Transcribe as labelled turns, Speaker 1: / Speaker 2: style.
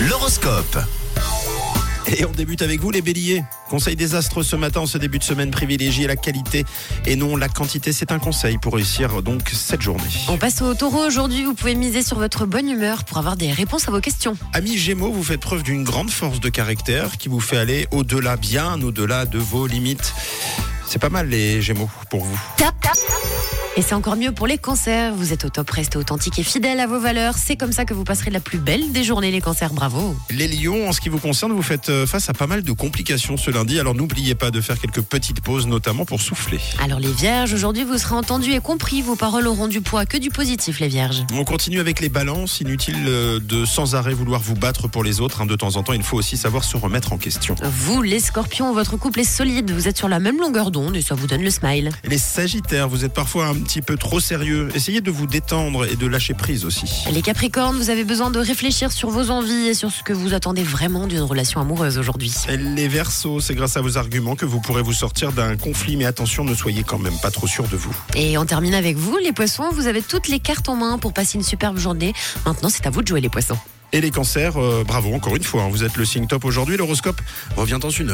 Speaker 1: l'horoscope. Et on débute avec vous les béliers. Conseil des astres ce matin, en ce début de semaine, privilégiez la qualité et non la quantité. C'est un conseil pour réussir donc cette journée.
Speaker 2: On passe au taureau aujourd'hui. Vous pouvez miser sur votre bonne humeur pour avoir des réponses à vos questions.
Speaker 1: Amis Gémeaux, vous faites preuve d'une grande force de caractère qui vous fait aller au-delà, bien au-delà de vos limites. C'est pas mal les Gémeaux pour vous.
Speaker 2: Tap, tap. Et c'est encore mieux pour les cancers. Vous êtes au top, restez authentique et fidèle à vos valeurs. C'est comme ça que vous passerez la plus belle des journées, les cancers. Bravo.
Speaker 1: Les lions, en ce qui vous concerne, vous faites euh, face à pas mal de complications ce lundi, alors n'oubliez pas de faire quelques petites pauses, notamment pour souffler.
Speaker 2: Alors les vierges, aujourd'hui vous serez entendus et compris. Vos paroles auront du poids. Que du positif, les vierges.
Speaker 1: On continue avec les balances, inutile euh, de sans arrêt vouloir vous battre pour les autres. hein. De temps en temps, il faut aussi savoir se remettre en question.
Speaker 2: Vous, les scorpions, votre couple est solide. Vous êtes sur la même longueur d'onde et ça vous donne le smile.
Speaker 1: Les sagittaires, vous êtes parfois un petit peu trop sérieux. Essayez de vous détendre et de lâcher prise aussi.
Speaker 2: Les capricornes, vous avez besoin de réfléchir sur vos envies et sur ce que vous attendez vraiment d'une relation amoureuse aujourd'hui.
Speaker 1: Et Les versos, c'est grâce à vos arguments que vous pourrez vous sortir d'un conflit, mais attention, ne soyez quand même pas trop sûr de vous.
Speaker 2: Et on termine avec vous, les poissons. Vous avez toutes les cartes en main pour passer une superbe journée. Maintenant, c'est à vous de jouer, les poissons.
Speaker 1: Et les cancers, euh, bravo encore une fois, hein. vous êtes le signe top aujourd'hui, l'horoscope revient dans une heure.